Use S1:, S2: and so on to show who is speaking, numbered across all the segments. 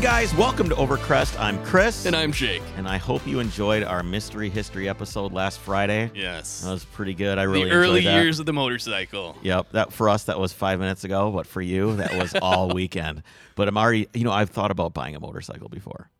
S1: guys, welcome to Overcrest. I'm Chris,
S2: And I'm Jake.
S1: and I hope you enjoyed our mystery history episode last Friday.
S2: Yes.
S1: That was pretty good. I really
S2: the early
S1: enjoyed that.
S2: years of the motorcycle.
S1: Yep, that for us that was five minutes ago, but for you that was all weekend. But I'm already, you know, I've thought about buying a motorcycle before,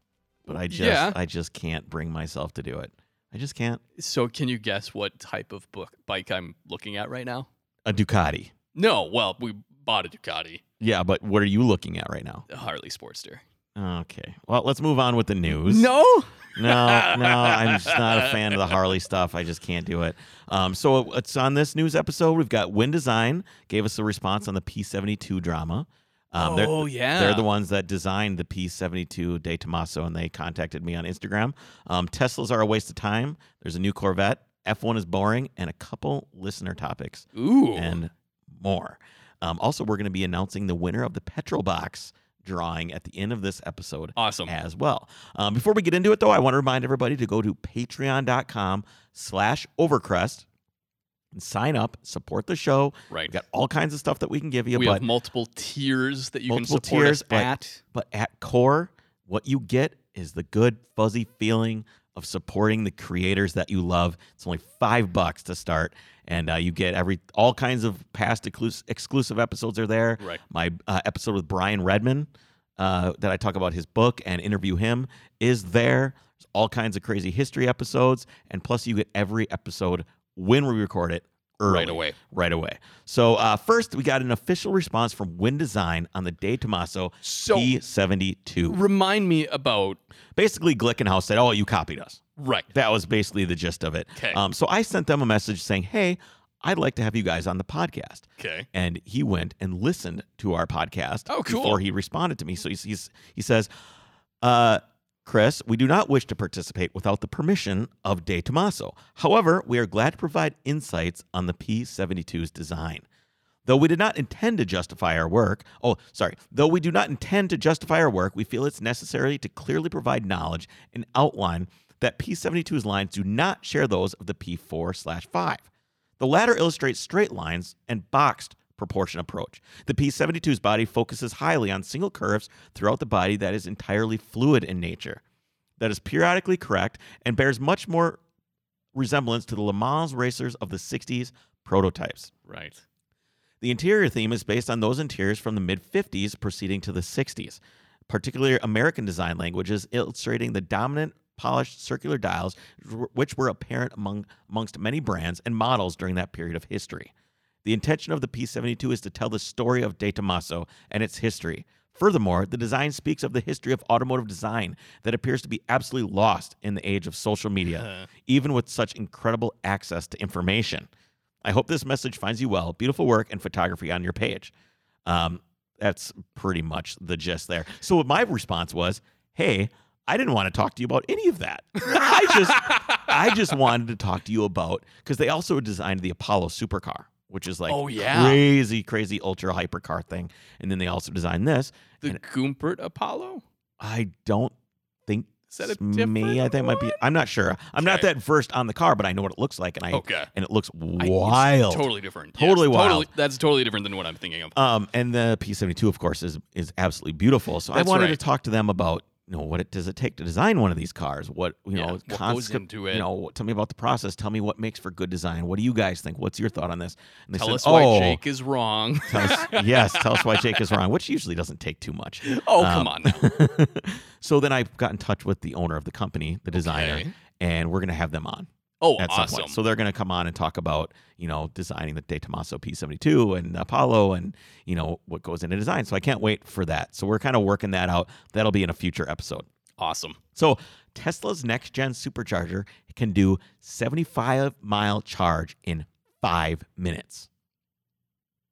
S1: but I just,
S2: Yeah.
S1: I just can't bring myself to do it. I just can't.
S2: So can you guess what type of book bike I'm looking at right now?
S1: A Ducati.
S2: No, well, we bought a Ducati,
S1: Yeah, but what are you looking at right now?
S2: a Harley Sportster.
S1: Okay. Well, let's move on with the news.
S2: No?
S1: no, no, I'm just not a fan of the Harley stuff. I just can't do it. Um, so it's on this news episode. We've got Wind Design gave us a response on the P72 drama. Um, they're-
S2: oh yeah.
S1: They're the ones that designed the P72 De Tomaso, and they contacted me on Instagram. Um, Teslas are a waste of time. There's a new Corvette. F1 is boring, and a couple listener topics
S2: Ooh.
S1: and more. Um, also, we're going to be announcing the winner of the Petrol Box drawing at the end of this episode
S2: awesome.
S1: as well. Um, before we get into it, though, I want to remind everybody to go to patreon.com slash overcrest and sign up, support the show.
S2: right.
S1: We've got all kinds of stuff that we can give you.
S2: we
S1: but
S2: have multiple tiers that you can
S1: Multiple
S2: support
S1: tiers,
S2: us
S1: but-
S2: at.
S1: but at core, what you get is the good fuzzy feeling of supporting the creators that you love. It's only five bucks to start, and uh, you get every all kinds of past exclus- exclusive episodes are there.
S2: Right.
S1: My uh, episode with Brian Redman uh, that I talk about his book and interview him is there. There's all kinds of crazy history episodes, and plus you get every episode when we record it early
S2: Right away.
S1: right away. So uh, first, we got an official response from Wind Design on the De Tomaso
S2: So-
S1: P72.
S2: Remind me about
S1: Basically, Glickenhaus said, "Oh, you copied us."
S2: right.
S1: That was basically the gist of it.
S2: 'Kay.
S1: Um, so I sent them a message saying, "Hey, I'd like to have you guys on the podcast."
S2: Okay.
S1: And he went and listened to our podcast
S2: Oh, cool.
S1: before he responded to me. So he's, he's, he says, uh, Chris, we do not wish to participate without the permission of De Tomaso. However, we are glad to provide insights on the P72's design. Though we did not intend to justify our work, oh, sorry, though we do not intend to justify our work, we feel it's necessary to clearly provide knowledge and outline that P72's lines do not share those of the P4 slash 5. The latter illustrates straight lines and boxed proportion approach. The P72's body focuses highly on single curves throughout the body that is entirely fluid in nature, that is periodically correct, and bears much more resemblance to the Le Mans racers of the 60s prototypes.
S2: Right.
S1: The interior theme is based on those interiors from the mid 50s proceeding to the 60s, particularly American design languages illustrating the dominant polished circular dials which were apparent among amongst many brands and models during that period of history. The intention of the P72 is to tell the story of De Tomaso and its history. Furthermore, the design speaks of the history of automotive design that appears to be absolutely lost in the age of social
S2: Uh,
S1: media, even with such incredible access to information. I hope this message finds you well. Beautiful work and photography on your page. Um, that's pretty much the gist there. So what my response was, "Hey, I didn't want to talk to you about any of that. I just, I just wanted to talk to you about because they also designed the Apollo supercar, which is like
S2: Oh, yeah.
S1: crazy, crazy ultra hypercar thing. And then they also designed this.
S2: The
S1: And-
S2: Goompert Apollo?
S1: I don't think
S2: Is that a
S1: it's me. I
S2: different
S1: think it might be. I'm not sure. I'm not
S2: Okay.
S1: that versed on the car, but I know what it looks like, and I
S2: Okay.
S1: and it looks
S2: I- it's
S1: wild.
S2: totally different.
S1: Totally wild.
S2: Totally, that's totally different than what I'm thinking of.
S1: Um, and the P72, of course, is is absolutely beautiful. So I
S2: That's
S1: wanted to
S2: right.
S1: talk to them about you know what it does it take to design one of these cars. What you
S2: Yeah,
S1: know,
S2: what goes
S1: concept-
S2: into it.
S1: You know, tell me about the process. Tell me what makes for good design. What do you guys think? What's your thought on this? And they
S2: Tell
S1: said,
S2: us why
S1: "Oh,
S2: Jake is wrong.
S1: tell us- yes, tell us why Jake is wrong, which usually doesn't take too much.
S2: Oh, come on. now.
S1: so then I got in touch with the owner of the company, the designer,
S2: Okay.
S1: and we're gonna have them on
S2: Oh,
S1: at some
S2: awesome.
S1: point. So they're going to come on and talk about, you know, designing the De Tomaso P72 and Apollo and, you know, what goes into design. So I can't wait for that. So we're kind of working that out. That'll be in a future episode.
S2: awesome.
S1: So Tesla's next gen supercharger can do 75 mile charge in five minutes.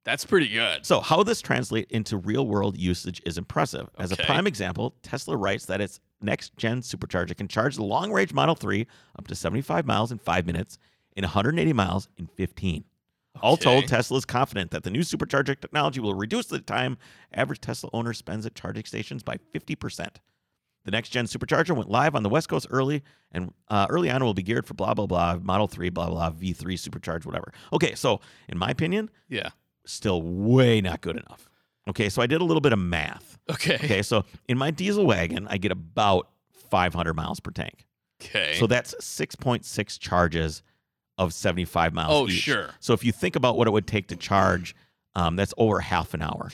S2: That's pretty good.
S1: So, how this translates into real world usage is impressive. As
S2: Okay.
S1: a prime example, Tesla writes that its next gen supercharger can charge the long range Model 3 up to 75 miles in five minutes and 180 miles in 15. All
S2: Okay.
S1: told, Tesla is confident that the new supercharger technology will reduce the time average Tesla owner spends at charging stations by 50%. The next gen supercharger went live on the West Coast early, and uh, early on will be geared for blah, blah, blah, Model 3, blah, blah, V3, supercharge, whatever. Okay, so in my opinion,
S2: Yeah.
S1: still way not good enough. Okay, so I did a little bit of math.
S2: Okay. Okay.
S1: Okay, so in my diesel wagon, I get about 500 miles per tank. So that's 6.6 charges of 75 miles.
S2: oh,
S1: each.
S2: sure.
S1: So if you think about what it would take to charge, um, that's over half an hour.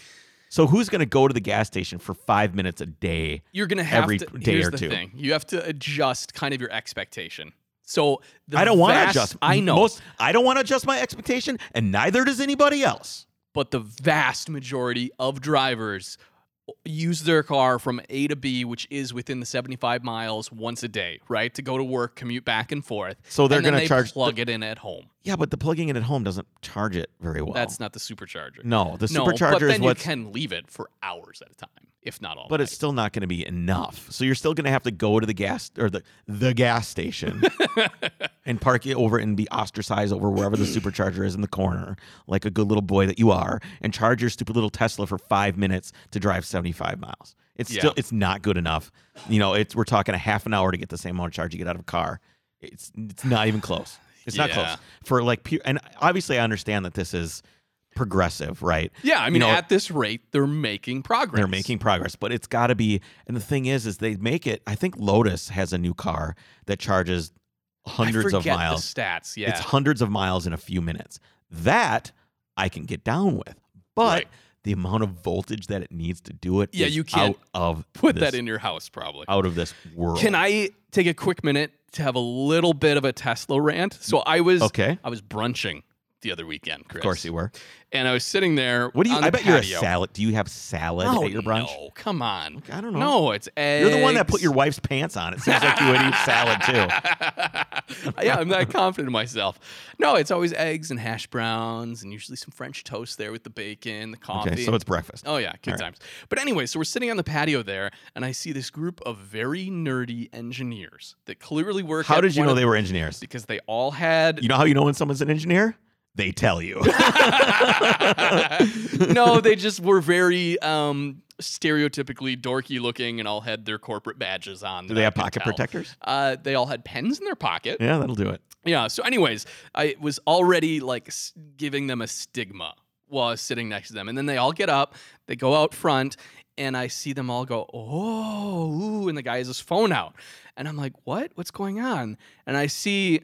S1: So who's going to go to the gas station for five minutes a day?
S2: You're gonna have
S1: Every
S2: to.
S1: day
S2: here's
S1: or
S2: the
S1: two.
S2: Thing. You have to adjust kind of your expectation. So the
S1: I don't want to
S2: vast-
S1: adjust.
S2: I know,
S1: Most, I don't want to adjust my expectation, and neither does anybody else.
S2: but the vast majority of drivers use their car from A to B, which is within the 75 miles once a day, right? To go to work, commute back and forth.
S1: So they're
S2: and then
S1: going to
S2: they
S1: charge.
S2: Plug it in at home.
S1: yeah, but the plugging in at home doesn't charge it very well.
S2: That's not the supercharger.
S1: no, the
S2: no, but
S1: supercharger
S2: then
S1: is what's
S2: you can leave it for hours at a time, if not all.
S1: but
S2: night.
S1: it's still not going to be enough. So you're still going to have to go to the gas or the the gas station and park it over and be ostracized over wherever the supercharger is in the corner, like a good little boy that you are, and charge your stupid little Tesla for five minutes to drive 75 miles. It's
S2: Yeah.
S1: still it's not good enough. You know, it's we're talking a half an hour to get the same amount of charge you get out of a car. It's it's not even close. It's not
S2: Yeah.
S1: close for like pure. And obviously, I understand that this is progressive, right?
S2: yeah, I mean,
S1: know-
S2: at this rate, they're making progress.
S1: They're making progress, but it's got to be. And the thing is, is they make it. I think Lotus has a new car that charges hundreds
S2: I
S1: of
S2: forget
S1: miles.
S2: The stats, yeah.
S1: It's hundreds of miles in a few minutes. That I can get down with, but
S2: Right.
S1: the amount of voltage that it needs to do it,
S2: Yeah,
S1: is
S2: you can't
S1: out of
S2: Put
S1: this,
S2: that in your house, probably.
S1: out of this world.
S2: Can I take a quick minute to have a little bit of a Tesla rant? So I was
S1: Okay,
S2: I was brunching the other weekend,
S1: of
S2: Chris.
S1: course you were.
S2: And I was sitting there.
S1: What do you?
S2: on
S1: I
S2: the
S1: bet you're a
S2: patio.
S1: salad. Do you have salad
S2: Oh,
S1: at your brunch?
S2: No, come on.
S1: I don't know.
S2: No, it's eggs.
S1: You're the one that put your wife's pants on. It sounds like you would eat salad too.
S2: yeah, I'm that confident in myself. No, it's always eggs and hash browns, and usually some French toast there with the bacon, the coffee.
S1: Okay, so it's breakfast.
S2: Oh yeah, good
S1: All right.
S2: times. But anyway, so we're sitting on the patio there, and I see this group of very nerdy engineers that clearly work.
S1: How
S2: at
S1: did you
S2: one
S1: know
S2: of-
S1: they were engineers?
S2: Because they all had
S1: You know how you know when someone's an engineer? They tell you.
S2: no, they just were very um, stereotypically dorky looking, and all had their corporate badges on.
S1: Do
S2: that
S1: they
S2: I
S1: have
S2: could
S1: pocket
S2: tell.
S1: protectors?
S2: Uh, they all had pens in their pocket.
S1: Yeah, that'll do it.
S2: Yeah. So, anyways, I was already like s- giving them a stigma while I was sitting next to them. And then they all get up, they go out front, and I see them all go, oh, ooh, and the guy has his phone out. And I'm like, what? What's going on? And I see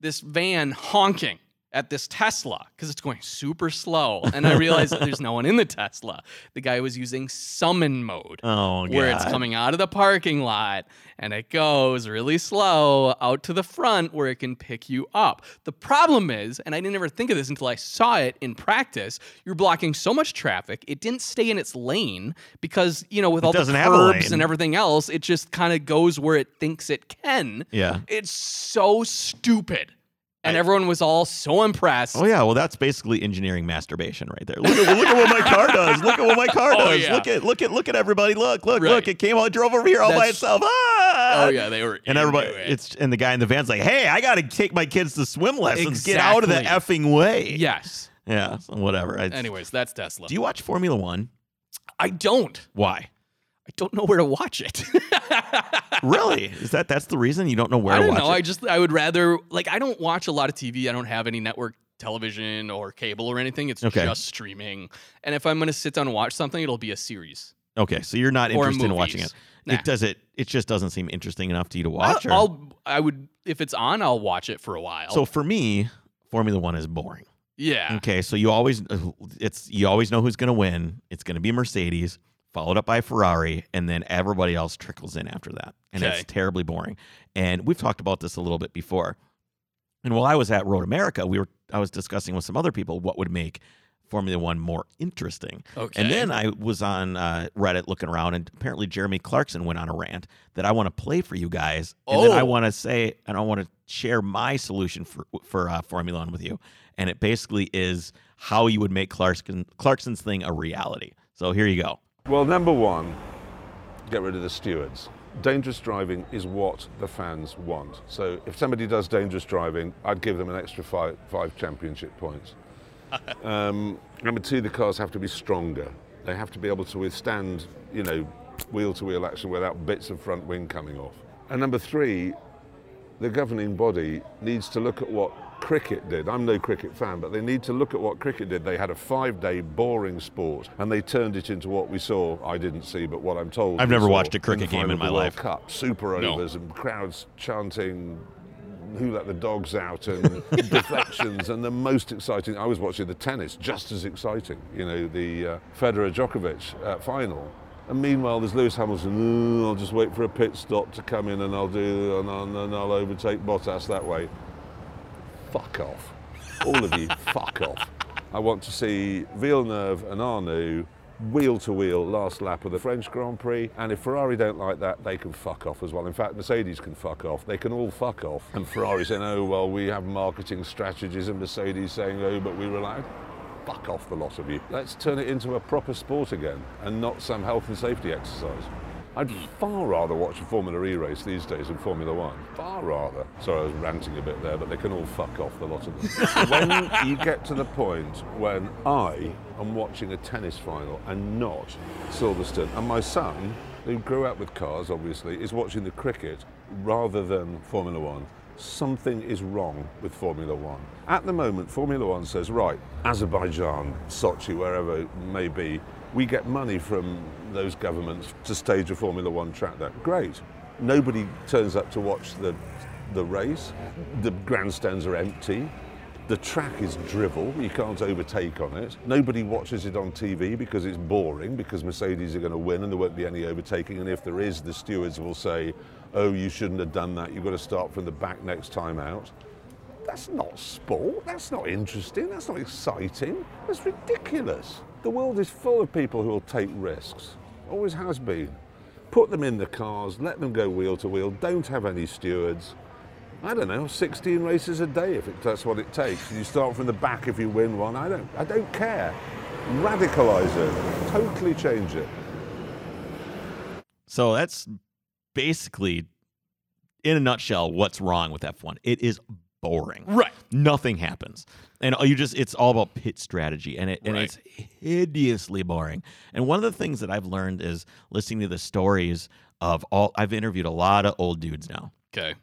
S2: this van honking at this Tesla because it's going super slow. And I realize that there's no one in the Tesla. The guy was using summon mode
S1: Oh,
S2: where it's
S1: God.
S2: coming out of the parking lot and it goes really slow out to the front where it can pick you up. The problem is, and I didn't ever think of this until I saw it in practice, you're blocking so much traffic, it didn't stay in its lane because, you know, with
S1: It
S2: all the
S1: doesn't have a
S2: curbs
S1: lane.
S2: and everything else, it just kind of goes where it thinks it can.
S1: Yeah.
S2: It's so stupid. And
S1: I-
S2: everyone was all so impressed.
S1: Oh, yeah. Well, that's basically engineering masturbation right there. Look at, look at what my car does. Look at what my car
S2: Oh,
S1: does.
S2: yeah.
S1: Look at, look at, look at everybody. Look, look,
S2: Right.
S1: look. It came out, drove over here all by
S2: That's-
S1: itself. Ah!
S2: Oh, yeah, they were.
S1: And everybody,
S2: into it.
S1: it's and the guy in the van's like, "Hey, I gotta take my kids to swim lessons. Get out of the
S2: Exactly.
S1: effing way."
S2: yes.
S1: yeah. So whatever. I,
S2: Anyways, that's Tesla.
S1: do you watch Formula One?
S2: I don't.
S1: Why?
S2: I don't know where to watch it.
S1: really? Is that that's the reason you don't know where
S2: I
S1: to
S2: don't
S1: watch
S2: know.
S1: it?
S2: I just I would rather like I don't watch a lot of TV. I don't have any network television or cable or anything. It's
S1: Okay.
S2: just streaming. And if I'm gonna sit down and watch something, it'll be a series
S1: Okay, so you're not
S2: or
S1: interested in watching it.
S2: movies. Nah.
S1: It does it. It just doesn't seem interesting enough to you to
S2: I'll-
S1: watch. or-
S2: I'll I would if it's on, I'll watch it for a while.
S1: so mm, for me, Formula One is boring.
S2: yeah,
S1: Okay, so you always uh, it's you always know who's going to win. It's going to be Mercedes, followed up by Ferrari, and then everybody else trickles in after that, and
S2: Okay.
S1: it's terribly boring. And we've talked about this a little bit before. And while I was at Road America, we were I was discussing with some other people what would make Formula One more interesting.
S2: okay.
S1: And then I was on uh, Reddit looking around, and apparently Jeremy Clarkson went on a rant that I want to play for you guys, and then I
S2: Oh.
S1: want to say and I want to share my solution for for uh, Formula One with you, and it basically is how you would make Clarkson Clarkson's thing a reality. So here you go.
S3: Well, number one, get rid of the stewards. Dangerous driving is what the fans want. So if somebody does dangerous driving, I'd give them an extra five, five championship points. um, number two, the cars have to be stronger. They have to be able to withstand, you know, wheel-to-wheel action without bits of front wing coming off. And number three, the governing body needs to look at what cricket did. I'm no cricket fan, but they need to look at what cricket did. They had a five day boring sport and they turned it into what we saw. I didn't see, but what I'm told.
S1: I've
S3: we
S1: never
S3: saw
S1: watched a
S3: in the
S1: cricket game
S3: final
S1: in
S3: of the
S1: my
S3: World
S1: life.
S3: Cup, super
S1: No.
S3: overs and crowds chanting. Who let the dogs out and deflections and the most exciting. I was watching the tennis, just as exciting. You know the uh, Federer Djokovic uh, final, and meanwhile there's Lewis Hamilton. "Oh, I'll just wait for a pit stop to come in and I'll do and I'll, and I'll overtake Bottas that way fuck off. All of you, fuck off. I want to see Villeneuve and Arnoux wheel to wheel last lap of the French Grand Prix. And if Ferrari don't like that, they can fuck off as well. In fact, Mercedes can fuck off. They can all fuck off. And Ferrari saying, oh, well, we have marketing strategies. And Mercedes saying, oh, but we were allowed. Fuck off, the lot of you. Let's turn it into a proper sport again and not some health and safety exercise. I'd far rather watch a Formula E race these days than Formula One. Far rather. Sorry, I was ranting a bit there, but they can all fuck off, the lot of them. when you get to the point when I am watching a tennis final and not Silverstone, and my son, who grew up with cars, obviously, is watching the cricket rather than Formula One. Something is wrong with Formula One. At the moment, Formula One says, right, Azerbaijan, Sochi, wherever it may be, we get money from those governments to stage a Formula One track there. Great. Nobody turns up to watch the, the race. The grandstands are empty. The track is drivel. You can't overtake on it. Nobody watches it on TV because it's boring, because Mercedes are going to win and there won't be any overtaking. And if there is, the stewards will say, oh, you shouldn't have done that. You've got to start from the back next time out. That's not sport. That's not interesting. That's not exciting. That's ridiculous. The world is full of people who will take risks. Always has been. Put them in the cars, let them go wheel to wheel, don't have any stewards. I don't know, 16 races a day if it, that's what it takes. You start from the back if you win one. I don't, I don't care. Radicalise it, totally change it.
S1: So that's basically, in a nutshell, what's wrong with F1. It is boring.
S2: Right.
S1: Nothing happens, and you just—it's all about pit strategy, and it and
S2: Right.
S1: it's hideously boring. And one of the things that I've learned is listening to the stories of all—I've interviewed a lot of old dudes now,
S2: Okay.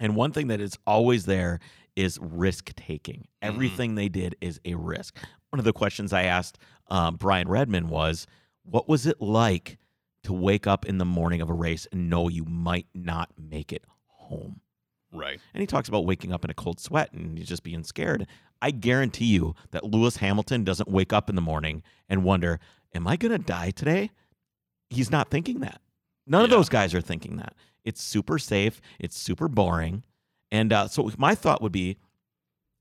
S1: and one thing that is always there is risk taking. Everything they did is a risk. One of the questions I asked um, Brian Redman was, What was it like to wake up in the morning of a race and know you might not make it home?
S2: Right.
S1: And he talks about waking up in a cold sweat and he's just being scared. I guarantee you that Lewis Hamilton doesn't wake up in the morning and wonder, Am I going to die today? He's not thinking that. None of
S2: Yeah.
S1: those guys are thinking that. It's super safe, it's super boring. And uh, so my thought would be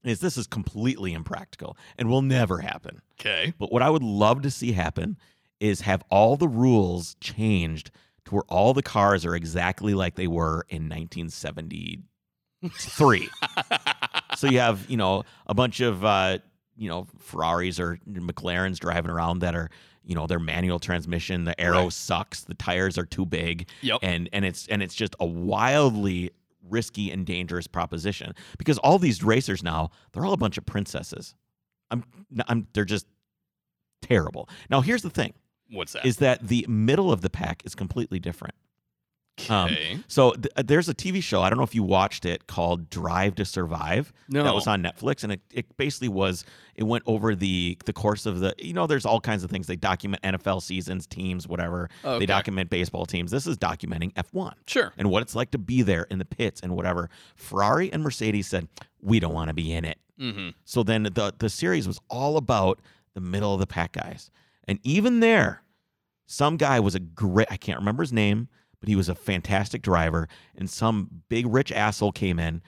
S1: is this is completely impractical and will never happen.
S2: Okay.
S1: But what I would love to see happen is have all the rules changed to where all the cars are exactly like they were in 1973. so you have, you know, a bunch of, uh, you know, Ferraris or McLarens driving around that are, you know, their manual transmission, the aero
S2: Right.
S1: sucks, the tires are too big,
S2: Yep.
S1: and and it's and it's just a wildly risky and dangerous proposition because all these racers now they're all a bunch of princesses. I'm, I'm they're just terrible. Now here's the thing:
S2: What's that?
S1: is that the middle of the pack is completely different. um,
S2: okay.
S1: So th- there's a TV show I don't know if you watched it called Drive to Survive
S2: no.
S1: that was on Netflix, and it, it basically was it went over the the course of the you know there's all kinds of things they document NFL seasons, teams, whatever.
S2: Okay.
S1: They document baseball teams. This is documenting F1
S2: Sure.
S1: and what it's like to be there in the pits and whatever. Ferrari and Mercedes said we don't want to be in it.
S2: Mm-hmm.
S1: So then the the series was all about the middle of the pack guys. And even there, some guy was a great I can't remember his name, but he was a fantastic driver. And some big rich asshole came in.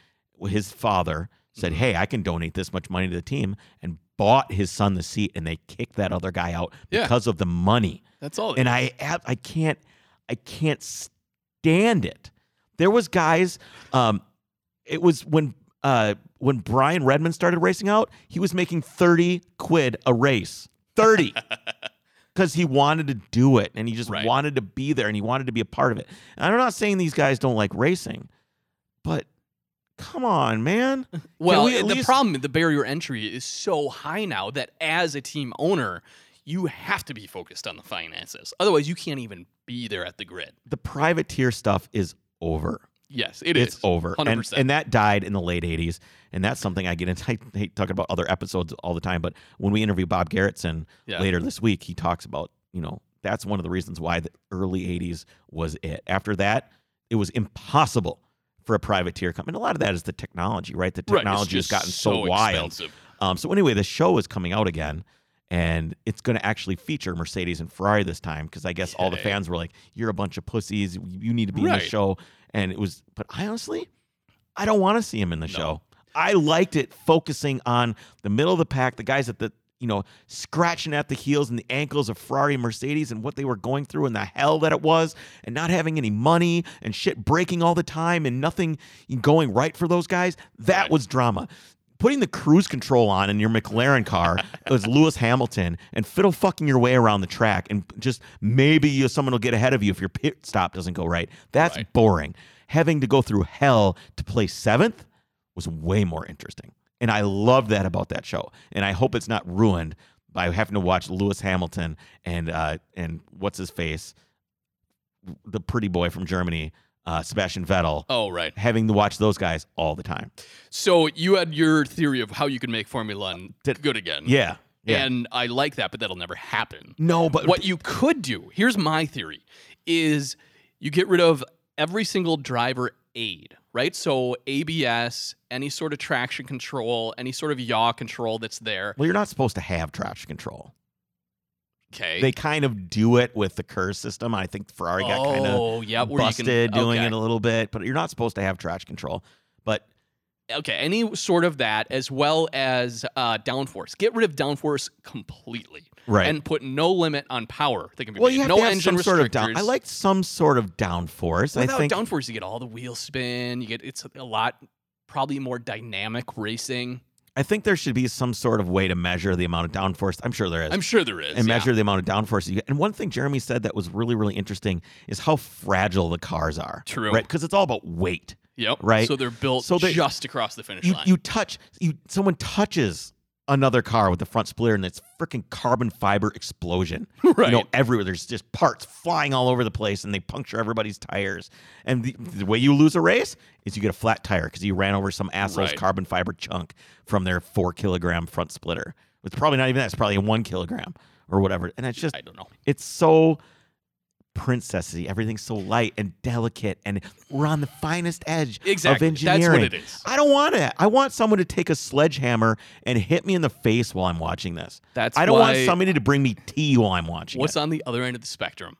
S1: His father said, Hey, I can donate this much money to the team and bought his son the seat and they kicked that other guy out
S2: Yeah.
S1: because of the money
S2: That's all.
S1: and I ab- I can't I can't stand it. There was guys. Um, it was when uh when Brian Redman started racing out, he was making thirty quid a race, thirty, because he wanted to do it and he just
S2: Right.
S1: wanted to be there and he wanted to be a part of it. And I'm not saying these guys don't like racing, but come on, man.
S2: Well,
S1: we at
S2: the
S1: least-
S2: problem, the barrier entry is so high now that as a team owner, you have to be focused on the finances. Otherwise, you can't even be there at the grid.
S1: The privateer stuff is over.
S2: Yes, it
S1: it's
S2: is.
S1: over. And,
S2: 100%.
S1: and that died in the late 80s. And that's something I get into. I hate talking about other episodes all the time, but when we interview Bob Garrettson
S2: Yeah.
S1: later this week, he talks about, you know, that's one of the reasons why the early 80s was it. After that, it was impossible for a privateer company. And a lot of that is the technology, right? The
S2: Right, it's
S1: technology has
S2: just
S1: gotten so, wild.
S2: expensive.
S1: Um, so anyway, the show is coming out again, and it's going to actually feature Mercedes and Ferrari this time because I guess all the
S2: Okay.
S1: fans were like, "You're a bunch of pussies. You need to be in the
S2: Right.
S1: show." And it was, but I honestly, I don't want to see him in the show. I liked it focusing on the middle of the pack, the guys at the you know scratching at the heels and the ankles of Ferrari, and Mercedes, and what they were going through and the hell that it was, and not having any money and shit breaking all the time and nothing going right for those guys. That was drama. Putting the cruise control on in your McLaren car was Lewis Hamilton and fiddle fucking your way around the track and just maybe you, someone will get ahead of you if your pit stop doesn't go right. That's
S2: Right.
S1: boring. Having to go through hell to place seventh was way more interesting. And I love that about that show. And I hope it's not ruined by having to watch Lewis Hamilton and uh, and what's his face, the pretty boy from Germany, uh, Sebastian Vettel,
S2: Oh, Mm. right.
S1: having to watch those guys all the time.
S2: So you had your theory of how you could make Formula One
S1: Did-
S2: good again.
S1: Yeah, yeah.
S2: And I like that, but that'll never happen.
S1: no, but
S2: What you could do, here's my theory, is you get rid of every single driver aid, right? So ABS, any sort of traction control, any sort of yaw control that's there.
S1: well, you're not supposed to have traction control.
S2: Okay.
S1: They kind of do it with the KER system. I think Ferrari got kind of
S2: oh, yeah, where you can-
S1: busted doing
S2: okay.
S1: it a little bit, but you're not supposed to have traction control. But
S2: okay, any sort of that, as well as uh, downforce. Get rid of downforce completely,
S1: Right.
S2: And put no limit on power. They can be
S1: well,
S2: made.
S1: you have
S2: no
S1: to have
S2: engine
S1: some sort of down. I
S2: restrictors.
S1: like some sort of downforce.
S2: without
S1: I think
S2: downforce. You get all the wheel spin. You get it's a lot, probably more dynamic racing.
S1: I think there should be some sort of way to measure the amount of downforce. I'm sure there is.
S2: I'm sure there is.
S1: and
S2: yeah.
S1: measure the amount of downforce you get. And one thing Jeremy said that was really, really interesting is how fragile the cars are.
S2: True.
S1: Right? Because it's all about weight.
S2: Yep.
S1: right?
S2: So they're built
S1: So they-
S2: just across the finish
S1: You,
S2: line.
S1: you touch, you someone touches another car with the front splitter and it's freaking carbon fiber explosion.
S2: Right.
S1: You know, everywhere. There's just parts flying all over the place and they puncture everybody's tires. And the, the way you lose a race is you get a flat tire because you ran over some asshole's
S2: Right.
S1: carbon fiber chunk from their four kilogram front splitter. It's probably not even that. It's probably a one kilogram or whatever. And it's just
S2: I don't know.
S1: it's so princessy. Everything's so light and delicate, and we're on the finest edge of
S2: Exactly. That's what
S1: engineering.
S2: it is.
S1: I don't want it. I want someone to take a sledgehammer and hit me in the face while I'm watching this.
S2: That's
S1: I don't want
S2: why-
S1: somebody to bring me tea while I'm watching
S2: What's
S1: it.
S2: on the other end of the spectrum?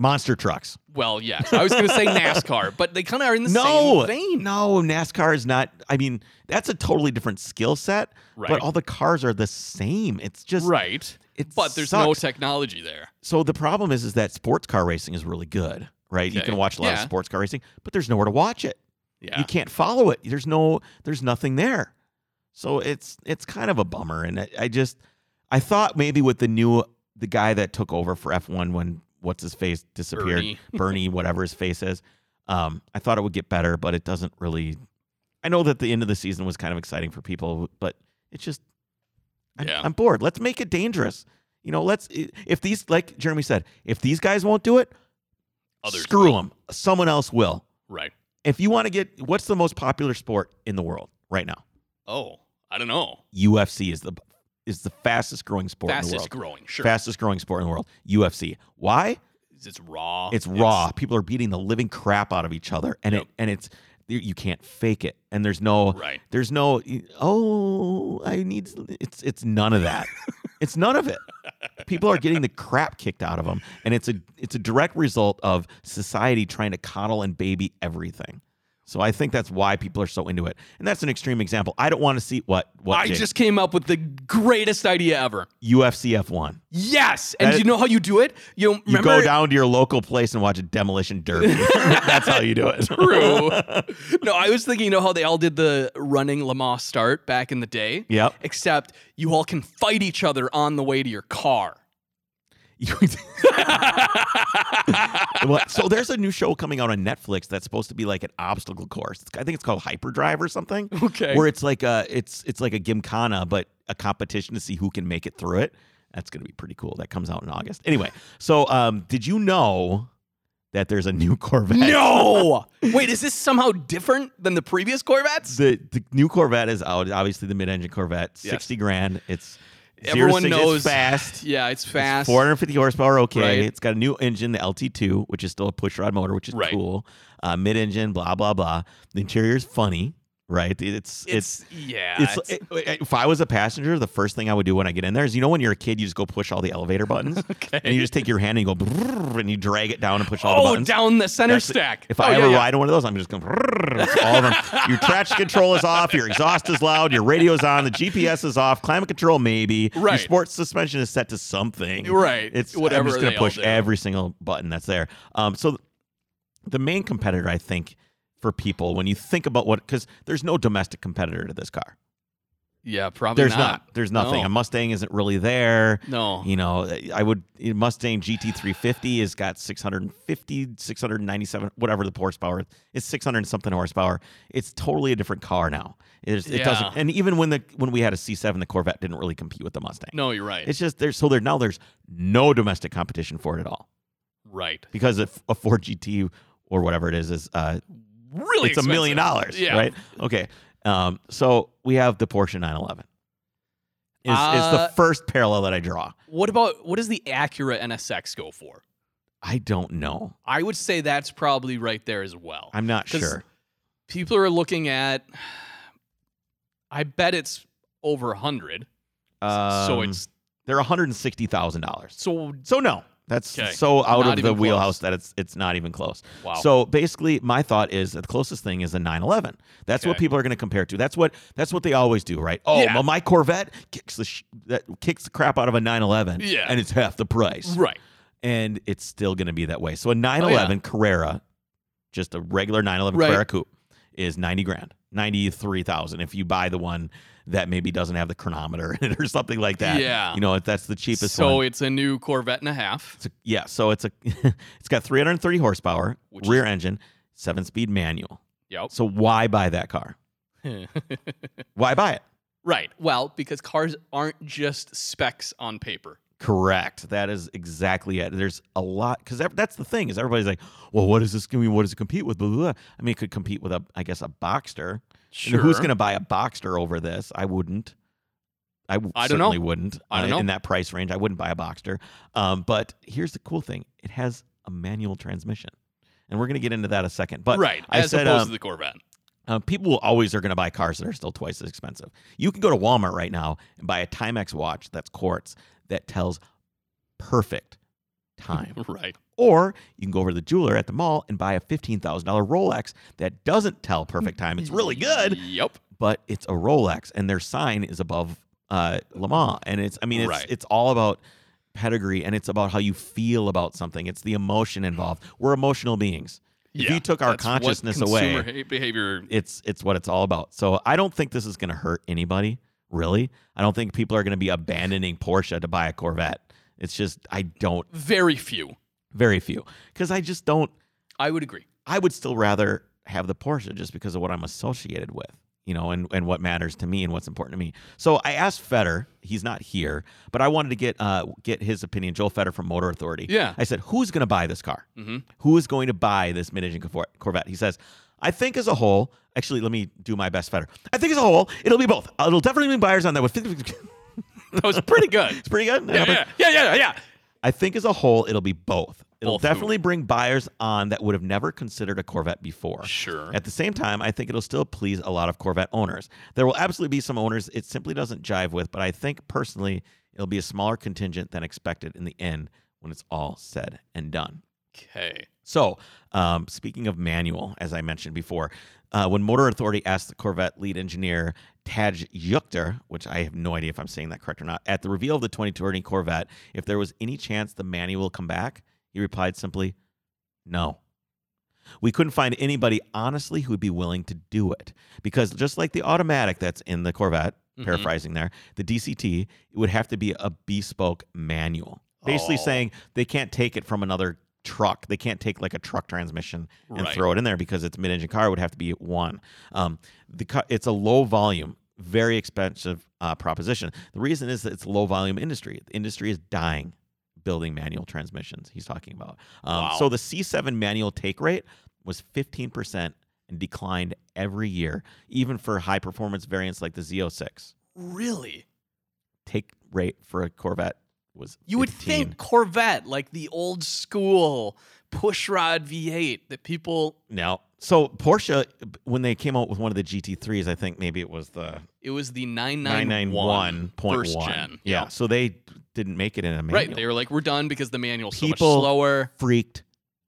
S1: Monster trucks.
S2: Well, yes. I was going to say NASCAR, but they kind of are in the
S1: no,
S2: same vein.
S1: no, NASCAR is not. I mean, that's a totally different skill set.
S2: Right.
S1: But all the cars are the same. It's just
S2: Right.
S1: It
S2: But there's no
S1: sucks.
S2: technology there.
S1: So the problem is, is that sports car racing is really good, right? You
S2: Okay.
S1: can watch a lot of
S2: Yeah.
S1: sports car racing, but there's nowhere to watch it.
S2: Yeah.
S1: You can't follow it. There's no, there's nothing there. So it's it's kind of a bummer. And I, I just, I thought maybe with the new the guy that took over for F1 when what's his face disappeared,
S2: Bernie.
S1: Bernie whatever his face is, um, I thought it would get better, but it doesn't really. I know that the end of the season was kind of exciting for people, but it's just I'm,
S2: Yeah.
S1: I'm bored. Let's make it dangerous. You know, let's i- if these like Jeremy said, if these guys won't do it,
S2: Others
S1: screw them. Someone else will.
S2: Right.
S1: If you want to get what's the most popular sport in the world right now?
S2: Oh, I don't know.
S1: UFC is the is the fastest growing sport in the
S2: Fastest
S1: world.
S2: growing. Sure.
S1: Fastest growing sport in the world, UFC. Why?
S2: It's raw.
S1: It's raw. People are beating the living crap out of each other, and
S2: Oh, Yep.
S1: it and it's you- you can't fake it. And there's no
S2: Right.
S1: there's no oh I need it's it's none of that. it's none of it. People are getting the crap kicked out of them, and it's a it's a direct result of society trying to coddle and baby everything. So I think that's why people are so into it, and that's an extreme example. I don't want to see what what
S2: I
S1: Jake?
S2: just came up with the greatest idea ever.
S1: UFC F one.
S2: Yes, and
S1: That
S2: do you know how you do it? You, don't
S1: You
S2: remember
S1: go down to your local place and watch a demolition derby. that's how you do it.
S2: True. no, I was thinking, you know how they all did the running Lamas start back in the day?
S1: Yep.
S2: Except you all can fight each other on the way to your car.
S1: Well, so there's a new show coming out on Netflix that's supposed to be like an obstacle course. It's- I think it's called Hyperdrive or something.
S2: Okay.
S1: Where it's like a it's it's like a gymkhana, but a competition to see who can make it through it. That's gonna be pretty cool. That comes out in August. Anyway, so um, did you know that there's a new Corvette.
S2: No! Wait, is this somehow different than the previous Corvettes?
S1: The, the new Corvette is out. Obviously, the mid-engine Corvette,
S2: Yes.
S1: sixty grand. It's zero
S2: Everyone
S1: six, it's
S2: knows.
S1: fast.
S2: Yeah, it's fast.
S1: Four hundred fifty horsepower. Okay,
S2: Right.
S1: it's got a new engine, the LT2, which is still a pushrod motor, which is
S2: Right.
S1: cool. Uh, mid-engine, blah blah blah. The interior is funny, right? It's it's
S2: it's, yeah.
S1: it's,
S2: it's-
S1: it- if I was a passenger, the first thing I would do when I get in there is, you know, when you're a kid, you just go push all the elevator buttons,
S2: Okay.
S1: and you just take your hand and you go, brrrr, and you drag it down and push all the
S2: oh,
S1: buttons.
S2: down the center
S1: That's the-
S2: stack.
S1: If
S2: Oh,
S1: I
S2: yeah,
S1: ever
S2: yeah.
S1: ride on one of those, I'm just going. brrrr, it's All of them. Your traction control is off. Your exhaust is loud. Your radio's on. The GPS is off. Climate control maybe. Your
S2: Right.
S1: sports suspension is set to something.
S2: Right.
S1: It's
S2: Whatever
S1: I'm just gonna
S2: they all
S1: push
S2: do.
S1: every single button that's there. Um. So th- the main competitor, I think, for people when you think about what, because there's no domestic competitor to this car.
S2: Yeah, probably
S1: There's not. There's nothing.
S2: No.
S1: A Mustang isn't really there.
S2: No.
S1: You know, I would Mustang GT350 has got 650, 697, whatever the horsepower. It's 600 and something horsepower. It's totally a different car now. It's, It
S2: Yeah.
S1: doesn't. And even when the when we had a C7, the Corvette didn't really compete with the Mustang.
S2: No, you're right.
S1: It's just there's so there now there's no domestic competition for it at all
S2: right.
S1: because if a Ford GT or whatever it is is uh,
S2: Really
S1: it's a million
S2: expensive.
S1: dollars,
S2: Yeah.
S1: right? Okay. Um, so we have the Porsche 911. Is, is
S2: Uh,
S1: the first parallel that I draw.
S2: What about what does the Acura NSX go for?
S1: I don't know.
S2: I would say that's probably right there as well.
S1: I'm not
S2: 'Cause
S1: sure.
S2: People are looking at I bet it's over 100. so
S1: Um,
S2: it's
S1: they're one hundred and sixty thousand dollars.
S2: so
S1: So no, that's
S2: Okay.
S1: so out
S2: Not
S1: of the
S2: even close.
S1: wheelhouse that it's it's not even close.
S2: wow.
S1: So basically, my thought is that the closest thing is a 911. That's what
S2: Okay.
S1: people are going to compare it to. That's what that's what they always do, right? Oh,
S2: Yeah.
S1: well, my Corvette kicks the sh- that kicks the crap out of a 911,
S2: Yeah.
S1: and it's half the price,
S2: right.
S1: and it's still going to be that way.
S2: Oh,
S1: So a 911 Carrera, just a regular 911
S2: Right.
S1: Carrera coupe, is 90 grand, 93 thousand if you buy the one that maybe doesn't have the chronometer in it or something like that.
S2: Yeah.
S1: you know if that's the cheapest
S2: so
S1: one.
S2: it's a new Corvette and a half.
S1: It's a, yeah, so it's a it's got 330 horsepower,
S2: Which
S1: rear engine, seven speed manual.
S2: Yep.
S1: So why buy that car? Why buy it?
S2: right. Well, because cars aren't just specs on paper.
S1: Correct. That is exactly it. There's a lot because that's the thing is everybody's like, well, what is this? I mean, what does it compete with? Blah, blah, blah. I mean, it could compete with a, I guess, a Boxster. And
S2: Sure.
S1: who's going to buy a Boxster over this? I wouldn't. I, w-
S2: I don't know.
S1: certainly wouldn't.
S2: I don't
S1: uh,
S2: know.
S1: In that price range, I wouldn't buy a Boxster. Um, but here's the cool thing: it has a manual transmission, and we're going to get into that a second. But
S2: right.
S1: I
S2: as
S1: said,
S2: opposed
S1: um,
S2: to the Corvette.
S1: Uh, people will always are going to buy cars that are still twice as expensive. You can go to Walmart right now and buy a Timex watch that's quartz that tells perfect time.
S2: Right.
S1: or you can go over to the jeweler at the mall and buy a $15,000 Rolex that doesn't tell perfect time. It's really good,
S2: Yep.
S1: but it's a Rolex and their sign is above uh, Le Mans. And it's, I mean, it's,
S2: Right.
S1: it's all about pedigree and it's about how you feel about something. It's the emotion involved. We're emotional beings. If you took our
S2: that's what
S1: consciousness away,
S2: consumer ha- behavior
S1: it's it's what it's all about. So I don't think this is going to hurt anybody, really. I don't think people are going to be abandoning Porsche to buy a Corvette. It's just I don't
S2: very few.
S1: very few cuz I just don't
S2: I would agree.
S1: I would still rather have the Porsche just because of what I'm associated with, you know, and and what matters to me and what's important to me. So I asked Fetter, he's not here, but I wanted to get uh get his opinion, Joel Fetter from Motor Authority.
S2: Yeah.
S1: I said, "Who's going to buy this car?"
S2: Mhm.
S1: who is going to buy this mid-engine Cor- Corvette? He says, I think as a whole, actually, let me do my best better. I think as a whole, it'll be both. Uh, It'll definitely be buyers on that with 50.
S2: That was pretty good.
S1: It's pretty good.
S2: yeah, yeah, yeah, yeah, yeah.
S1: I think as a whole, it'll be both. It'll
S2: Both who?
S1: definitely bring buyers on that would have never considered a Corvette before.
S2: Sure.
S1: At the same time, I think it'll still please a lot of Corvette owners. There will absolutely be some owners it simply doesn't jive with, but I think personally, it'll be a smaller contingent than expected in the end when it's all said and done.
S2: Okay.
S1: So, um, speaking of manual, as I mentioned before, uh, when Motor Authority asked the Corvette lead engineer Taj Yuchter, which I have no idea if I'm saying that correct or not, at the reveal of the 2020 Corvette, if there was any chance the manual will come back, he replied simply, "No." We couldn't find anybody honestly who would be willing to do it because just like the automatic that's in the Corvette,
S2: Mhm.
S1: paraphrasing there, the DCT, it would have to be a bespoke manual. Basically
S2: Oh.
S1: saying they can't take it from another truck. They can't take like a truck transmission and
S2: Right.
S1: throw it in there because it's mid-engine car. It would have to be one. Um, the car, it's a low volume, very expensive uh, proposition. The reason is that it's a low volume industry. The industry is dying. building manual transmissions he's talking about. Um, So the C7 manual take rate was 15% and declined every year, even for high performance variants like the Z06.
S2: Really?
S1: Take rate for a Corvette was
S2: You would
S1: 15.
S2: think Corvette, like the old school pushrod V8 that people,
S1: No. So Porsche, when they came out with one of the GT3s, I think maybe it was the
S2: it was the
S1: 991.1.
S2: 991 first gen.
S1: Yeah. So they didn't make it in a manual.
S2: Right. They were like, we're done because the manual's so
S1: People-
S2: much slower.
S1: freaked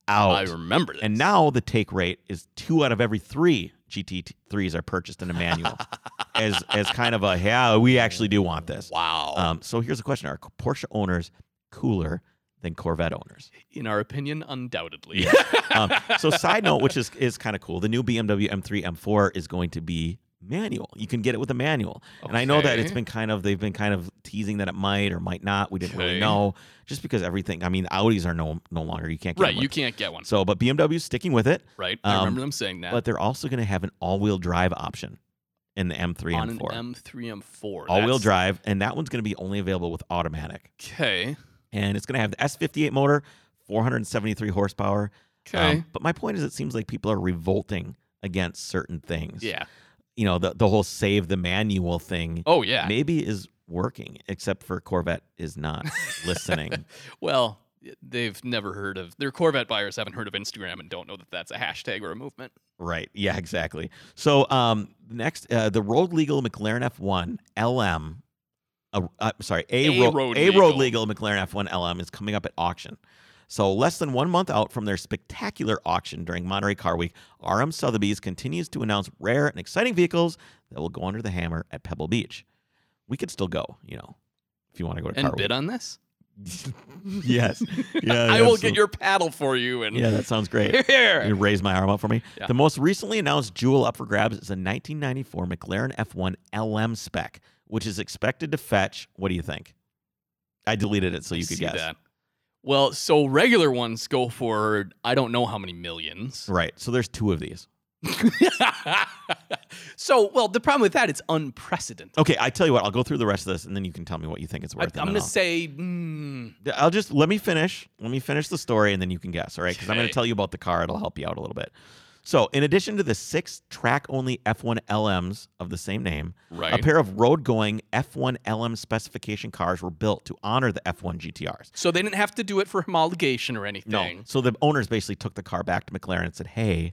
S1: out.
S2: I remember this.
S1: And now the take rate is two out of every three GT3s are purchased in a manual, as as kind of a yeah, we actually do want this.
S2: wow.
S1: Um, so here's a question: Are Porsche owners cooler than Corvette owners?
S2: In our opinion, undoubtedly.
S1: Um, so side note, which is is kind of cool, the new BMW M3 M4 is going to be manual. You can get it with a manual, and I know that it's
S2: Okay.
S1: been kind of they've been kind of teasing that it might or might not. We didn't really
S2: Okay.
S1: know, just because everything. I mean, Audis are no no longer you can't get
S2: right.
S1: them
S2: You
S1: with-
S2: can't get one.
S1: So, but BMW's sticking with it.
S2: Right. I
S1: Um,
S2: remember them saying that.
S1: but they're also going to have an all-wheel drive option in the M3
S2: on
S1: and
S2: an
S1: 4.
S2: M3 M4.
S1: all-wheel
S2: That's-
S1: drive, and that one's going to be only available with automatic,
S2: Okay.
S1: and it's going to have the S58 motor, 473 horsepower. Um,
S2: Okay.
S1: but my point is, it seems like people are revolting against certain things.
S2: yeah.
S1: you know the the whole save the manual thing
S2: Oh yeah.
S1: maybe is working, except for Corvette is not listening.
S2: Well, they've never heard of their Corvette buyers haven't heard of Instagram and don't know that that's a hashtag or a movement.
S1: Right. Yeah, exactly. So um, next, uh, the road legal McLaren F1 LM, uh, uh, sorry, a,
S2: A
S1: ro-
S2: road
S1: a road legal McLaren F1 LM is coming up at auction. So less than one month out from their spectacular auction during Monterey Car Week, RM Sotheby's continues to announce rare and exciting vehicles that will go under the hammer at Pebble Beach. We could still go, you know, if you want to go to
S2: And
S1: Car
S2: bid on this?
S1: Week. yes. Yeah.
S2: I will
S1: absolutely.
S2: get your paddle for you and
S1: Yeah, that sounds great. You
S2: here.
S1: raise my arm up for me.
S2: Yeah.
S1: The most recently announced jewel up for grabs is a 1994 McLaren F1 LM spec, which is expected to fetch. What do you think? I deleted it so you could
S2: See
S1: guess.
S2: that. Well, so regular ones go for I don't know how many millions.
S1: Right. So there's two of these.
S2: so, well, the problem with that it's unprecedented.
S1: Okay, I tell you what. I'll go through the rest of this, and then you can tell me what you think it's worth.
S2: I,
S1: and then
S2: am gonna
S1: I'll-
S2: say mm,
S1: I'll just let me finish. Let me finish the story, and then you can guess. All right, because I'm going to
S2: Okay.
S1: tell you about the car. It'll help you out a little bit. So, in addition to the six track-only F1 LMs of the same name,
S2: right.
S1: A pair of road going F1 LM specification cars were built to honor the F1 GTRs.
S2: so they didn't have to do it for homologation or anything.
S1: No. So the owners basically took the car back to McLaren and said, hey,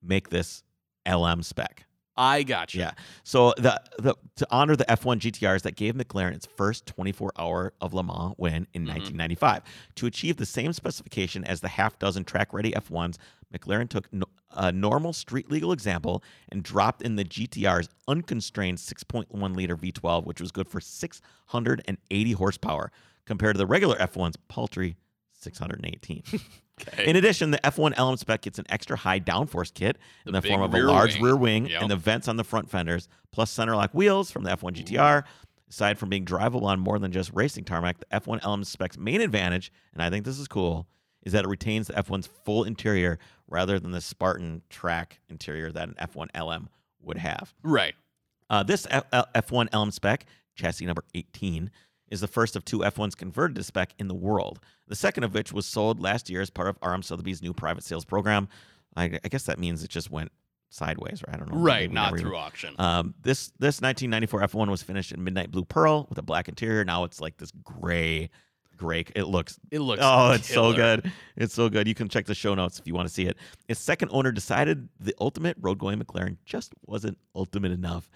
S1: make this LM spec.
S2: I got you.
S1: Yeah. So the, the to honor the F1 GTRs that gave McLaren its first 24 hour of Le Mans win in 1995. To achieve the same specification as the half dozen track ready F1s, McLaren took no, a normal street legal example and dropped in the GTR's unconstrained 6.1 liter V12, which was good for 680 horsepower compared to the regular F1's paltry 618.
S2: Okay.
S1: In addition, the F1 LM spec gets an extra high downforce kit in
S2: The
S1: the form
S2: big
S1: of a
S2: rear
S1: large
S2: wing.
S1: rear wing
S2: Yep.
S1: and the vents on the front fenders, plus centerlock wheels from the F1 GTR. Aside from being drivable on more than just racing tarmac, the F1 LM spec's main advantage, and I think this is cool, is that it retains the F1's full interior rather than the Spartan track interior that an F1 LM would have.
S2: Right.
S1: Uh, this F- L- F1 Elm spec, chassis number 18, is the first of two F1s converted to spec in the world. The second of which was sold last year as part of RM Sotheby's new private sales program. I, I guess that means it just went sideways, or I don't know.
S2: Right.
S1: maybe
S2: Not
S1: never-
S2: through auction.
S1: Um, this this 1994 F1 was finished in midnight blue pearl with a black interior. Now it's like this gray, gray. It looks
S2: it looks.
S1: Oh, it's so
S2: killer.
S1: good. It's so good. You can check the show notes if you want to see it. Its second owner decided the ultimate road going McLaren just wasn't ultimate enough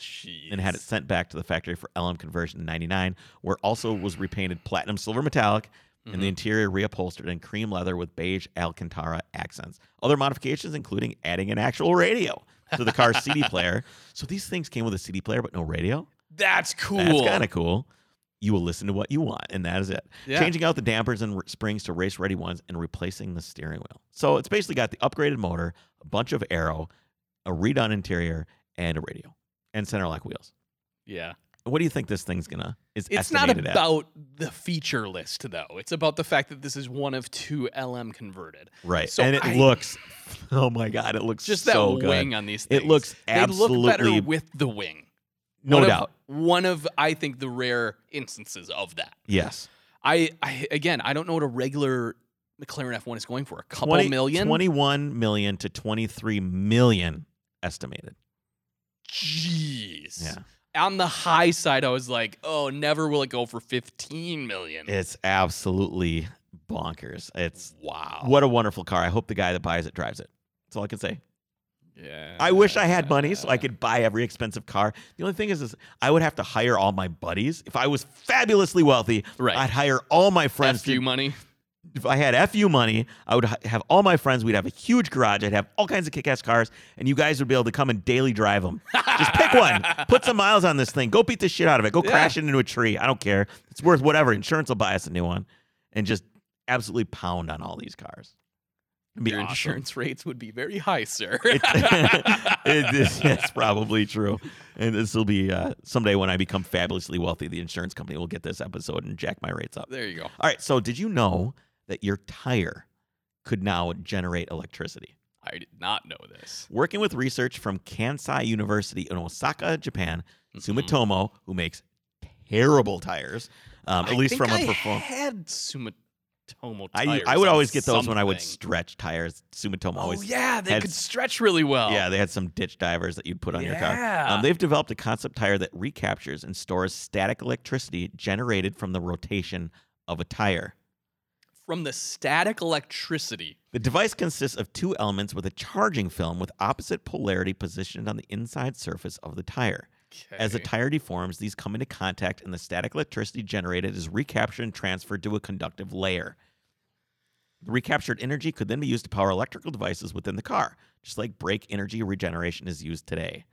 S1: and had it
S2: Jeez.
S1: sent back to the factory for LM conversion in 99, where also was repainted platinum silver metallic
S2: Mm-hmm.
S1: and the interior reupholstered in cream leather with beige Alcantara accents. Other modifications including adding an actual radio to the car's CD player. So these things came with a CD player but no radio.
S2: That's cool.
S1: That's kind of cool. You will listen to what you want, and that is it.
S2: Yeah.
S1: Changing out the dampers and r- springs to race ready ones and replacing the steering wheel. So it's basically got the upgraded motor, a bunch of aero, a redone interior, and a radio, and center lock wheels.
S2: yeah.
S1: What do you think this thing's gonna is
S2: It's not
S1: estimated at?
S2: about the feature list though. It's about the fact that this is one of two LM converted.
S1: Right,
S2: so
S1: and it
S2: I-
S1: looks. Oh my god, it looks
S2: Just that
S1: so good.
S2: wing on these
S1: It
S2: things.
S1: looks
S2: They look
S1: absolutely-
S2: better with the wing.
S1: No
S2: One of-
S1: doubt.
S2: one of I think the rare instances of that.
S1: Yes.
S2: I, I again, I don't know what a regular McLaren F1 is going for. A couple
S1: 20
S2: million.
S1: 21 million to 23 million estimated.
S2: Jeez.
S1: Yeah.
S2: On the high side, I was like, oh, never will it go for 15 million.
S1: It's absolutely bonkers. It's
S2: wow.
S1: what a wonderful car. I hope the guy that buys it drives it. That's all I can say.
S2: Yeah.
S1: I wish I had money so I could buy every expensive car. The only thing is, is I would have to hire all my buddies. If I was fabulously wealthy,
S2: Right.
S1: I'd hire all my friends.
S2: friends F you
S1: To,
S2: money.
S1: if I had FU money, I would ha- have all my friends. We'd have a huge garage. I'd have all kinds of kick-ass cars, and you guys would be able to come and daily drive them. Just pick one, put some miles on this thing, go beat the shit out of it, go
S2: Yeah.
S1: crash it into a tree. I don't care. It's worth whatever. Insurance will buy us a new one, and just absolutely pound on all these cars. It'd be
S2: Your
S1: awesome.
S2: insurance rates would be very high, sir.
S1: It's- it is, it's probably true. And this will be uh, someday when I become fabulously wealthy, the insurance company will get this episode and jack my rates up.
S2: there you go.
S1: All right. So, did you know that your tire could now generate electricity?
S2: I did not know this.
S1: Working with research from Kansai University in Osaka, Japan,
S2: Mhm.
S1: Sumitomo, who makes terrible tires, um, at
S2: I
S1: least
S2: think
S1: from a
S2: I
S1: performance.
S2: had Sumitomo
S1: I,
S2: tires
S1: I would
S2: on
S1: always get those when I would
S2: something.
S1: stretch tires. Sumitomo
S2: Oh
S1: always
S2: yeah, they
S1: had-
S2: could stretch really well.
S1: Yeah, they had some ditch divers that you'd put on your car.
S2: Yeah.
S1: Um, they've developed a concept tire that recaptures and stores static electricity generated from the rotation of a tire.
S2: From the static electricity.
S1: The device consists of two elements with a charging film with opposite polarity positioned on the inside surface of the tire. As the
S2: Okay.
S1: tire deforms, these come into contact and the static electricity generated is recaptured and transferred to a conductive layer. The recaptured energy could then be used to power electrical devices within the car, just like brake energy regeneration is used today.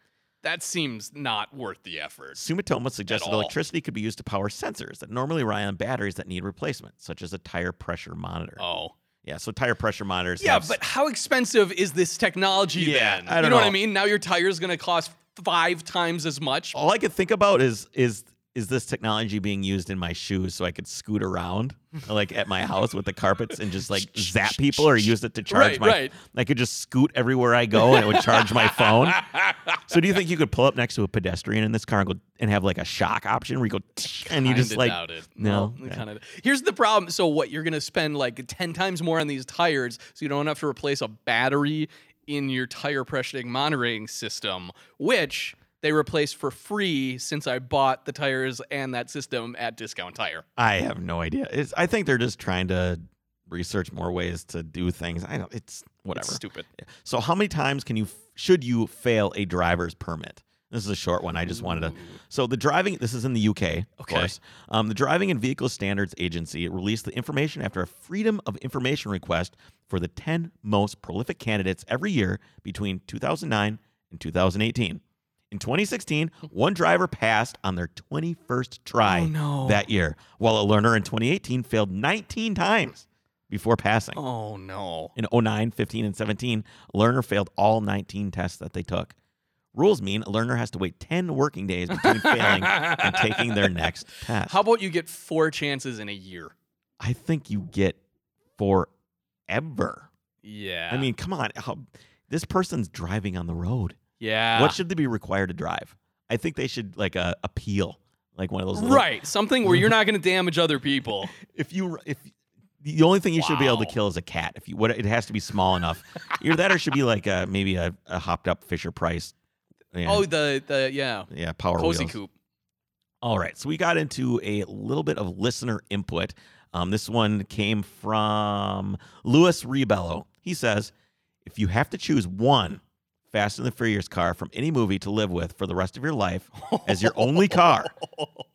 S2: that seems not worth the effort.
S1: Sumitomo suggests that
S2: all.
S1: electricity could be used to power sensors that normally rely on batteries that need replacement, such as a tire pressure monitor.
S2: Oh.
S1: Yeah, so tire pressure monitors.
S2: Yeah,
S1: have s-
S2: but how expensive is this technology
S1: Yeah,
S2: then?
S1: I
S2: you
S1: don't
S2: know, what I
S1: know.
S2: mean? Now your tire's gonna cost five times as much.
S1: all I could think about is is is this technology being used in my shoes so I could scoot around like at my house with the carpets and just like zap people or use it to charge
S2: Right,
S1: my
S2: right.
S1: I could just scoot everywhere I go and it would charge my phone. So do you think you could pull up next to a pedestrian in this car and go and have like a shock option where you go and you
S2: Kinda
S1: just like
S2: doubt it.
S1: no,
S2: Well,
S1: yeah.
S2: kinda- Here's the problem. So what you're gonna spend like ten times more on these tires, so you don't have to replace a battery in your tire pressure monitoring system, which they replaced for free since I bought the tires and that system at Discount Tire.
S1: I have no idea. It's, I think they're just trying to research more ways to do things. I don't. It's whatever.
S2: It's stupid.
S1: so, how many times can you should you fail a driver's permit? This is a short one. I just wanted to. So the driving. This is in the UK, of
S2: Okay.
S1: course. Um, the Driving and Vehicle Standards Agency released the information after a Freedom of Information request for the ten most prolific candidates every year between 2009 and 2018. In 2016, one driver passed on their 21st try
S2: Oh, no.
S1: that year, while a learner in 2018 failed 19 times before passing.
S2: Oh no.
S1: In 09, 15, and 17, a learner failed all 19 tests that they took. Rules mean a learner has to wait 10 working days between failing and taking their next test.
S2: How about you get four chances in a year?
S1: I think you get forever.
S2: Yeah.
S1: I mean, come on. How, this person's driving on the road.
S2: yeah.
S1: What should they be required to drive? I think they should like uh, appeal, like one of those. little-
S2: right. Something where you're not going to damage other people.
S1: if you if the only thing you should be able to
S2: Wow.
S1: kill is a cat. If you what it has to be small enough. Either that or it should be like a, maybe a, a hopped up Fisher Price. Yeah,
S2: Oh, the the yeah.
S1: yeah, power
S2: Cozy
S1: wheels.
S2: coop.
S1: All right, so we got into a little bit of listener input. Um, this one came from Louis Rebello. He says, "If you have to choose one Fast and the Furious car from any movie to live with for the rest of your life as your only car,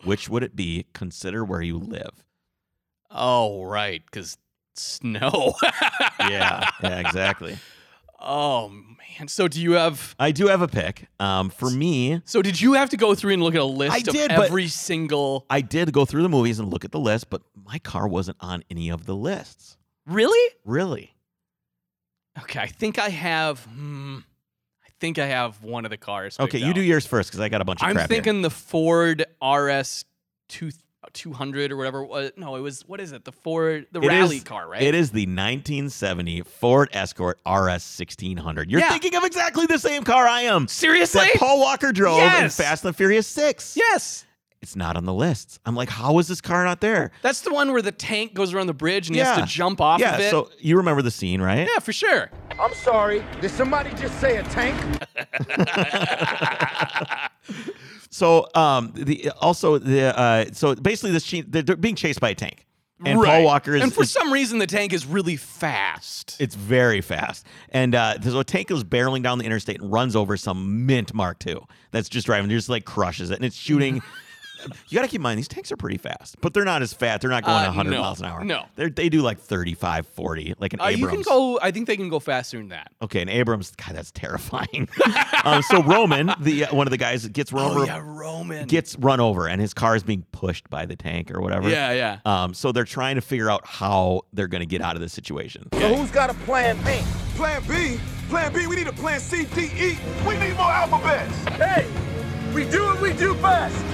S1: which would it be? Consider where you live."
S2: Oh, right, cuz snow.
S1: Yeah, yeah, exactly.
S2: Oh man. So do you have
S1: I do have a pick. Um, for me,
S2: So did you have to go through and look at a list
S1: I
S2: of
S1: did, but-
S2: every single
S1: I did go through the movies and look at the list, but my car wasn't on any of the lists.
S2: Really?
S1: Really?
S2: Okay, I think I have hmm, I think I have one of the cars.
S1: Okay,
S2: picked
S1: you
S2: out.
S1: do yours first because I got a bunch of
S2: I'm
S1: crap here.
S2: thinking the Ford RS two two hundred or whatever. it was. No, it was what is it? The Ford, the
S1: It
S2: rally
S1: is-
S2: car, right?
S1: It is the 1970 Ford Escort RS 1600. You're
S2: Yeah.
S1: thinking of exactly the same car I am
S2: Seriously?
S1: that Paul Walker drove
S2: Yes.
S1: in Fast and the Furious Six.
S2: yes.
S1: It's not on the lists. I'm like, how is this car not there?
S2: That's the one where the tank goes around the bridge and he
S1: Yeah.
S2: has to jump off
S1: yeah,
S2: of it.
S1: so you remember the scene, right?
S2: yeah, for sure.
S4: I'm sorry. Did somebody just say a tank?
S1: So um, the also the uh, so basically this she, they're, they're being chased by a tank, and
S2: right.
S1: Paul Walker is,
S2: and for
S1: is-
S2: some reason the tank is really fast.
S1: it's very fast, and uh, so a tank goes barreling down the interstate and runs over some mint Mark II that's just driving, just like crushes it, and it's shooting. You gotta keep in mind these tanks are pretty fast, but they're not as fat. They're not going
S2: Mm-hmm. Uh,
S1: 100
S2: no,
S1: miles an hour.
S2: no.
S1: they they do like 35, 40, like an
S2: Uh,
S1: Abrams.
S2: you can go. I think they can go faster than that.
S1: Okay, and Abrams, God, that's terrifying. um, so Roman, the uh, one of the guys that gets run over,
S2: Oh, Roman.
S1: gets run over, and his car is being pushed by the tank or whatever.
S2: yeah, yeah.
S1: Um, so they're trying to figure out how they're going to get out of this situation.
S4: So who's got a plan B?
S5: Plan B? Plan B, we need a plan C, D, E. We need more alphabets.
S4: Hey, we do what we do best.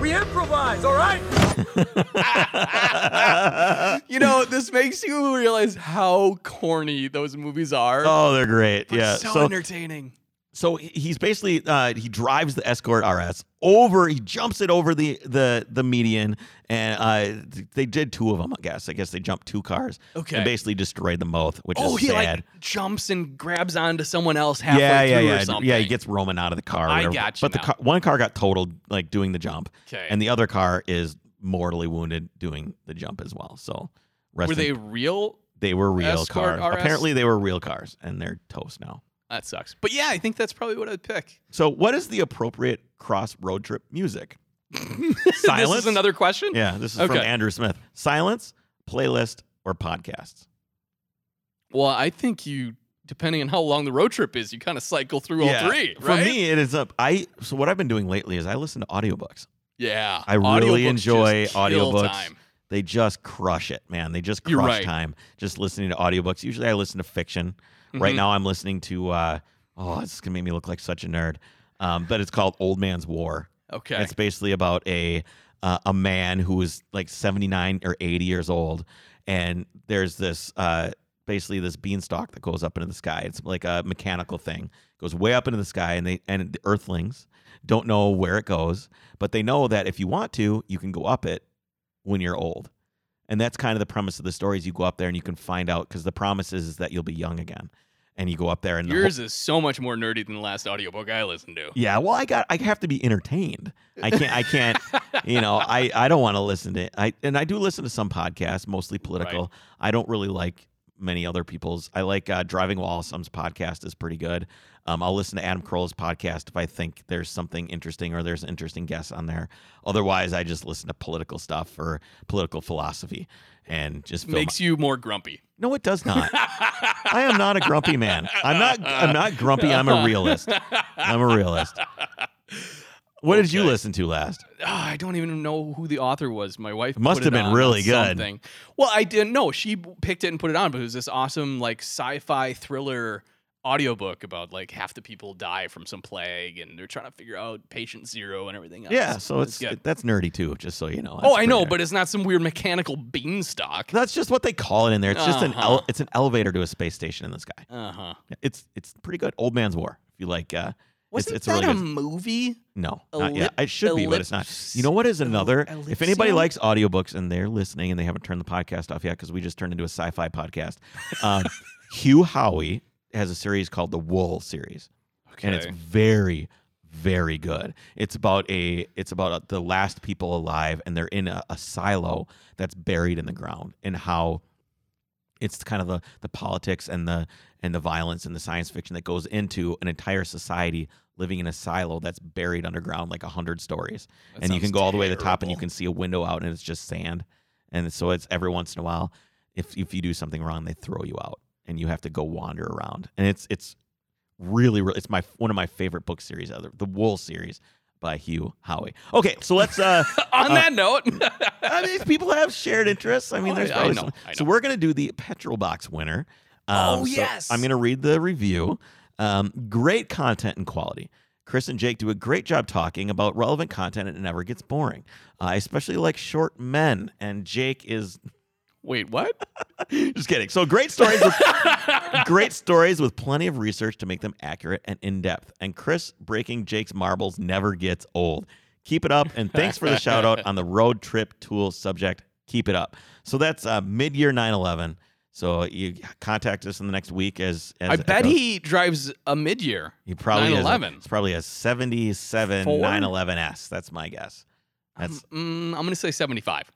S4: We improvise, all right?
S2: You know, this makes you realize how corny those movies are.
S1: Oh, they're great.
S2: but
S1: yeah.
S2: so,
S1: So,
S2: entertaining.
S1: so he's basically uh, he drives the Escort RS over. He jumps it over the the the median, and uh, th- they did two of them. I guess. I guess they jumped two cars.
S2: Okay.
S1: And basically destroyed them both, which
S2: Oh,
S1: is
S2: he
S1: sad.
S2: like jumps and grabs onto someone else halfway
S1: yeah, yeah,
S2: through
S1: yeah,
S2: or something.
S1: yeah. He gets Roman out of the car. or
S2: I
S1: whatever.
S2: got you
S1: But the
S2: now.
S1: car, one car got totaled, like doing the jump,
S2: Okay.
S1: and the other car is mortally wounded doing the jump as well. So, rest
S2: Were
S1: in
S2: they real?
S1: They were real
S2: Escort
S1: cars.
S2: RS?
S1: Apparently, they were real cars, and they're toast now.
S2: That sucks. But yeah, I think that's probably what I'd pick.
S1: So, what is the appropriate cross road trip music?
S2: this
S1: Silence.
S2: is another question.
S1: yeah, this is from
S2: Okay.
S1: Andrew Smith. Silence, playlist, or podcasts.
S2: Well, I think you, depending on how long the road trip is, you kind of cycle through all three.
S1: For
S2: right?
S1: me, it is up. I so what I've been doing lately is I listen to audiobooks.
S2: yeah,
S1: I really
S2: Audiobooks
S1: enjoy
S2: just kill
S1: audiobooks.
S2: time.
S1: They just crush it, man. They just
S2: You're
S1: crush
S2: right.
S1: time just listening to audiobooks. Usually, I listen to fiction. Right
S2: Mhm.
S1: now, I'm listening to. Uh, oh, this is gonna make me look like such a nerd. Um, but it's called Old Man's War.
S2: Okay.
S1: It's basically about a uh, a man who is like 79 or 80 years old, and there's this uh, basically this beanstalk that goes up into the sky. It's like a mechanical thing, goes way up into the sky, and they and the Earthlings don't know where it goes, but they know that if you want to, you can go up it when you're old. And that's kind of the premise of the story is you go up there and you can find out because the promise is, is that you'll be young again. And you go up there and the whole-
S2: Yours is so much more nerdy than the last audiobook I listened to.
S1: yeah, well, I got I have to be entertained. I can't I can't you know, I I don't want to listen to I and I do listen to some podcasts, mostly political. I don't really like many other people's. I like uh, Driving While Awesome's podcast is pretty good. Um, I'll listen to Adam Carolla's podcast if I think there's something interesting or there's an interesting guest on there. Otherwise, I just listen to political stuff or political philosophy and just fill
S2: Makes you more grumpy.
S1: no, it does not. I am not a grumpy man. I'm not. I'm not grumpy. I'm a realist. I'm a realist. What did you
S2: Okay.
S1: listen to last?
S2: Ah, I don't even know who the author was. My wife
S1: must
S2: put
S1: have
S2: it
S1: been
S2: on
S1: really
S2: on
S1: good.
S2: Something. Well, I didn't know. She b- picked it and put it on, but it was this awesome like sci-fi thriller audiobook about like half the people die from some plague and they're trying to figure out patient zero and everything else.
S1: Yeah, so it's
S2: good.
S1: that's nerdy too. Just so you know. That's
S2: oh, I
S1: pretty
S2: know,
S1: nerdy.
S2: but it's not some weird mechanical beanstalk.
S1: that's just what they call it in there. It's just an
S2: Uh-huh.
S1: ele- it's an elevator to a space station in the sky.
S2: Uh huh.
S1: It's it's pretty good. Old Man's War. If you like, uh, it's,
S2: Wasn't
S1: it's a
S2: that
S1: really
S2: a
S1: good.
S2: movie?
S1: No, not yet.
S2: Ellip-
S1: It should be, but it's not. You know what is another? If anybody
S2: ellipsium?
S1: likes audiobooks and they're listening and they haven't turned the podcast off yet because we just turned into a sci-fi podcast, um, Hugh Howey has a series called the Wool series, and it's
S2: Okay.
S1: very, very good. It's about a it's about uh, the last people alive, and they're in a, a silo that's buried in the ground, and how it's kind of the the politics and the and the violence and the science fiction that goes into an entire society living in a silo that's buried underground like a hundred stories
S2: That
S1: and you can
S2: sounds
S1: go all the way to the top and you
S2: terrible.
S1: can see a window out and it's just sand and so it's every once in a while if if you do something wrong they throw you out and you have to go wander around and it's it's really really it's my one of my favorite book series other the wool series by hugh howie okay so let's uh
S2: On
S1: uh,
S2: that note,
S1: I mean, people have shared interests. I mean,
S2: Oh,
S1: there's
S2: I- I
S1: probably
S2: know,
S1: some-
S2: I
S1: So
S2: know.
S1: we're gonna do the petrol box winner. Um,
S2: Oh,
S1: so
S2: yes.
S1: I'm gonna read the review. Um, great content and quality. Chris and Jake do a great job talking about relevant content, and it never gets boring. Uh, I especially like short men, and Jake is
S2: wait, what?
S1: just kidding. So great stories, with, great stories with plenty of research to make them accurate and in depth. And Chris breaking Jake's marbles never gets old. Keep it up, and thanks for the shout out on the road trip tool subject. Keep it up. So that's uh, mid year 9/11. So you contact us in the next week as, as
S2: I
S1: it
S2: bet
S1: goes.
S2: he drives a mid-year.
S1: He probably has a-
S2: 9/11.
S1: It's probably a 77
S2: Four?
S1: 911S. That's my guess. That's
S2: Mm, I'm gonna say 75.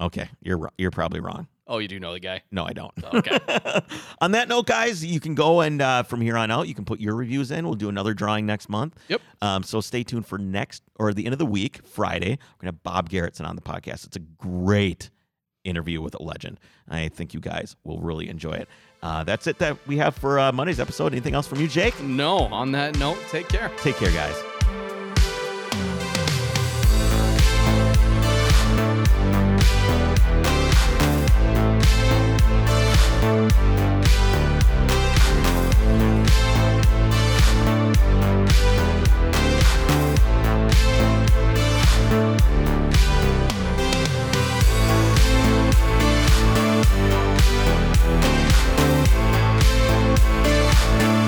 S1: okay. You're ro- you're probably wrong.
S2: Oh, you do know the guy.
S1: No, I don't.
S2: Okay.
S1: on that note, guys, you can go and uh, from here on out, you can put your reviews in. We'll do another drawing next month.
S2: Yep.
S1: Um, so stay tuned for next or the end of the week, Friday. We're gonna have Bob Garrettson on the podcast. It's a great interview with a legend. I think you guys will really enjoy it. Uh, that's it that we have for uh, Monday's episode. Anything else from you, Jake?
S2: no. On that note, take care.
S1: Take care, guys.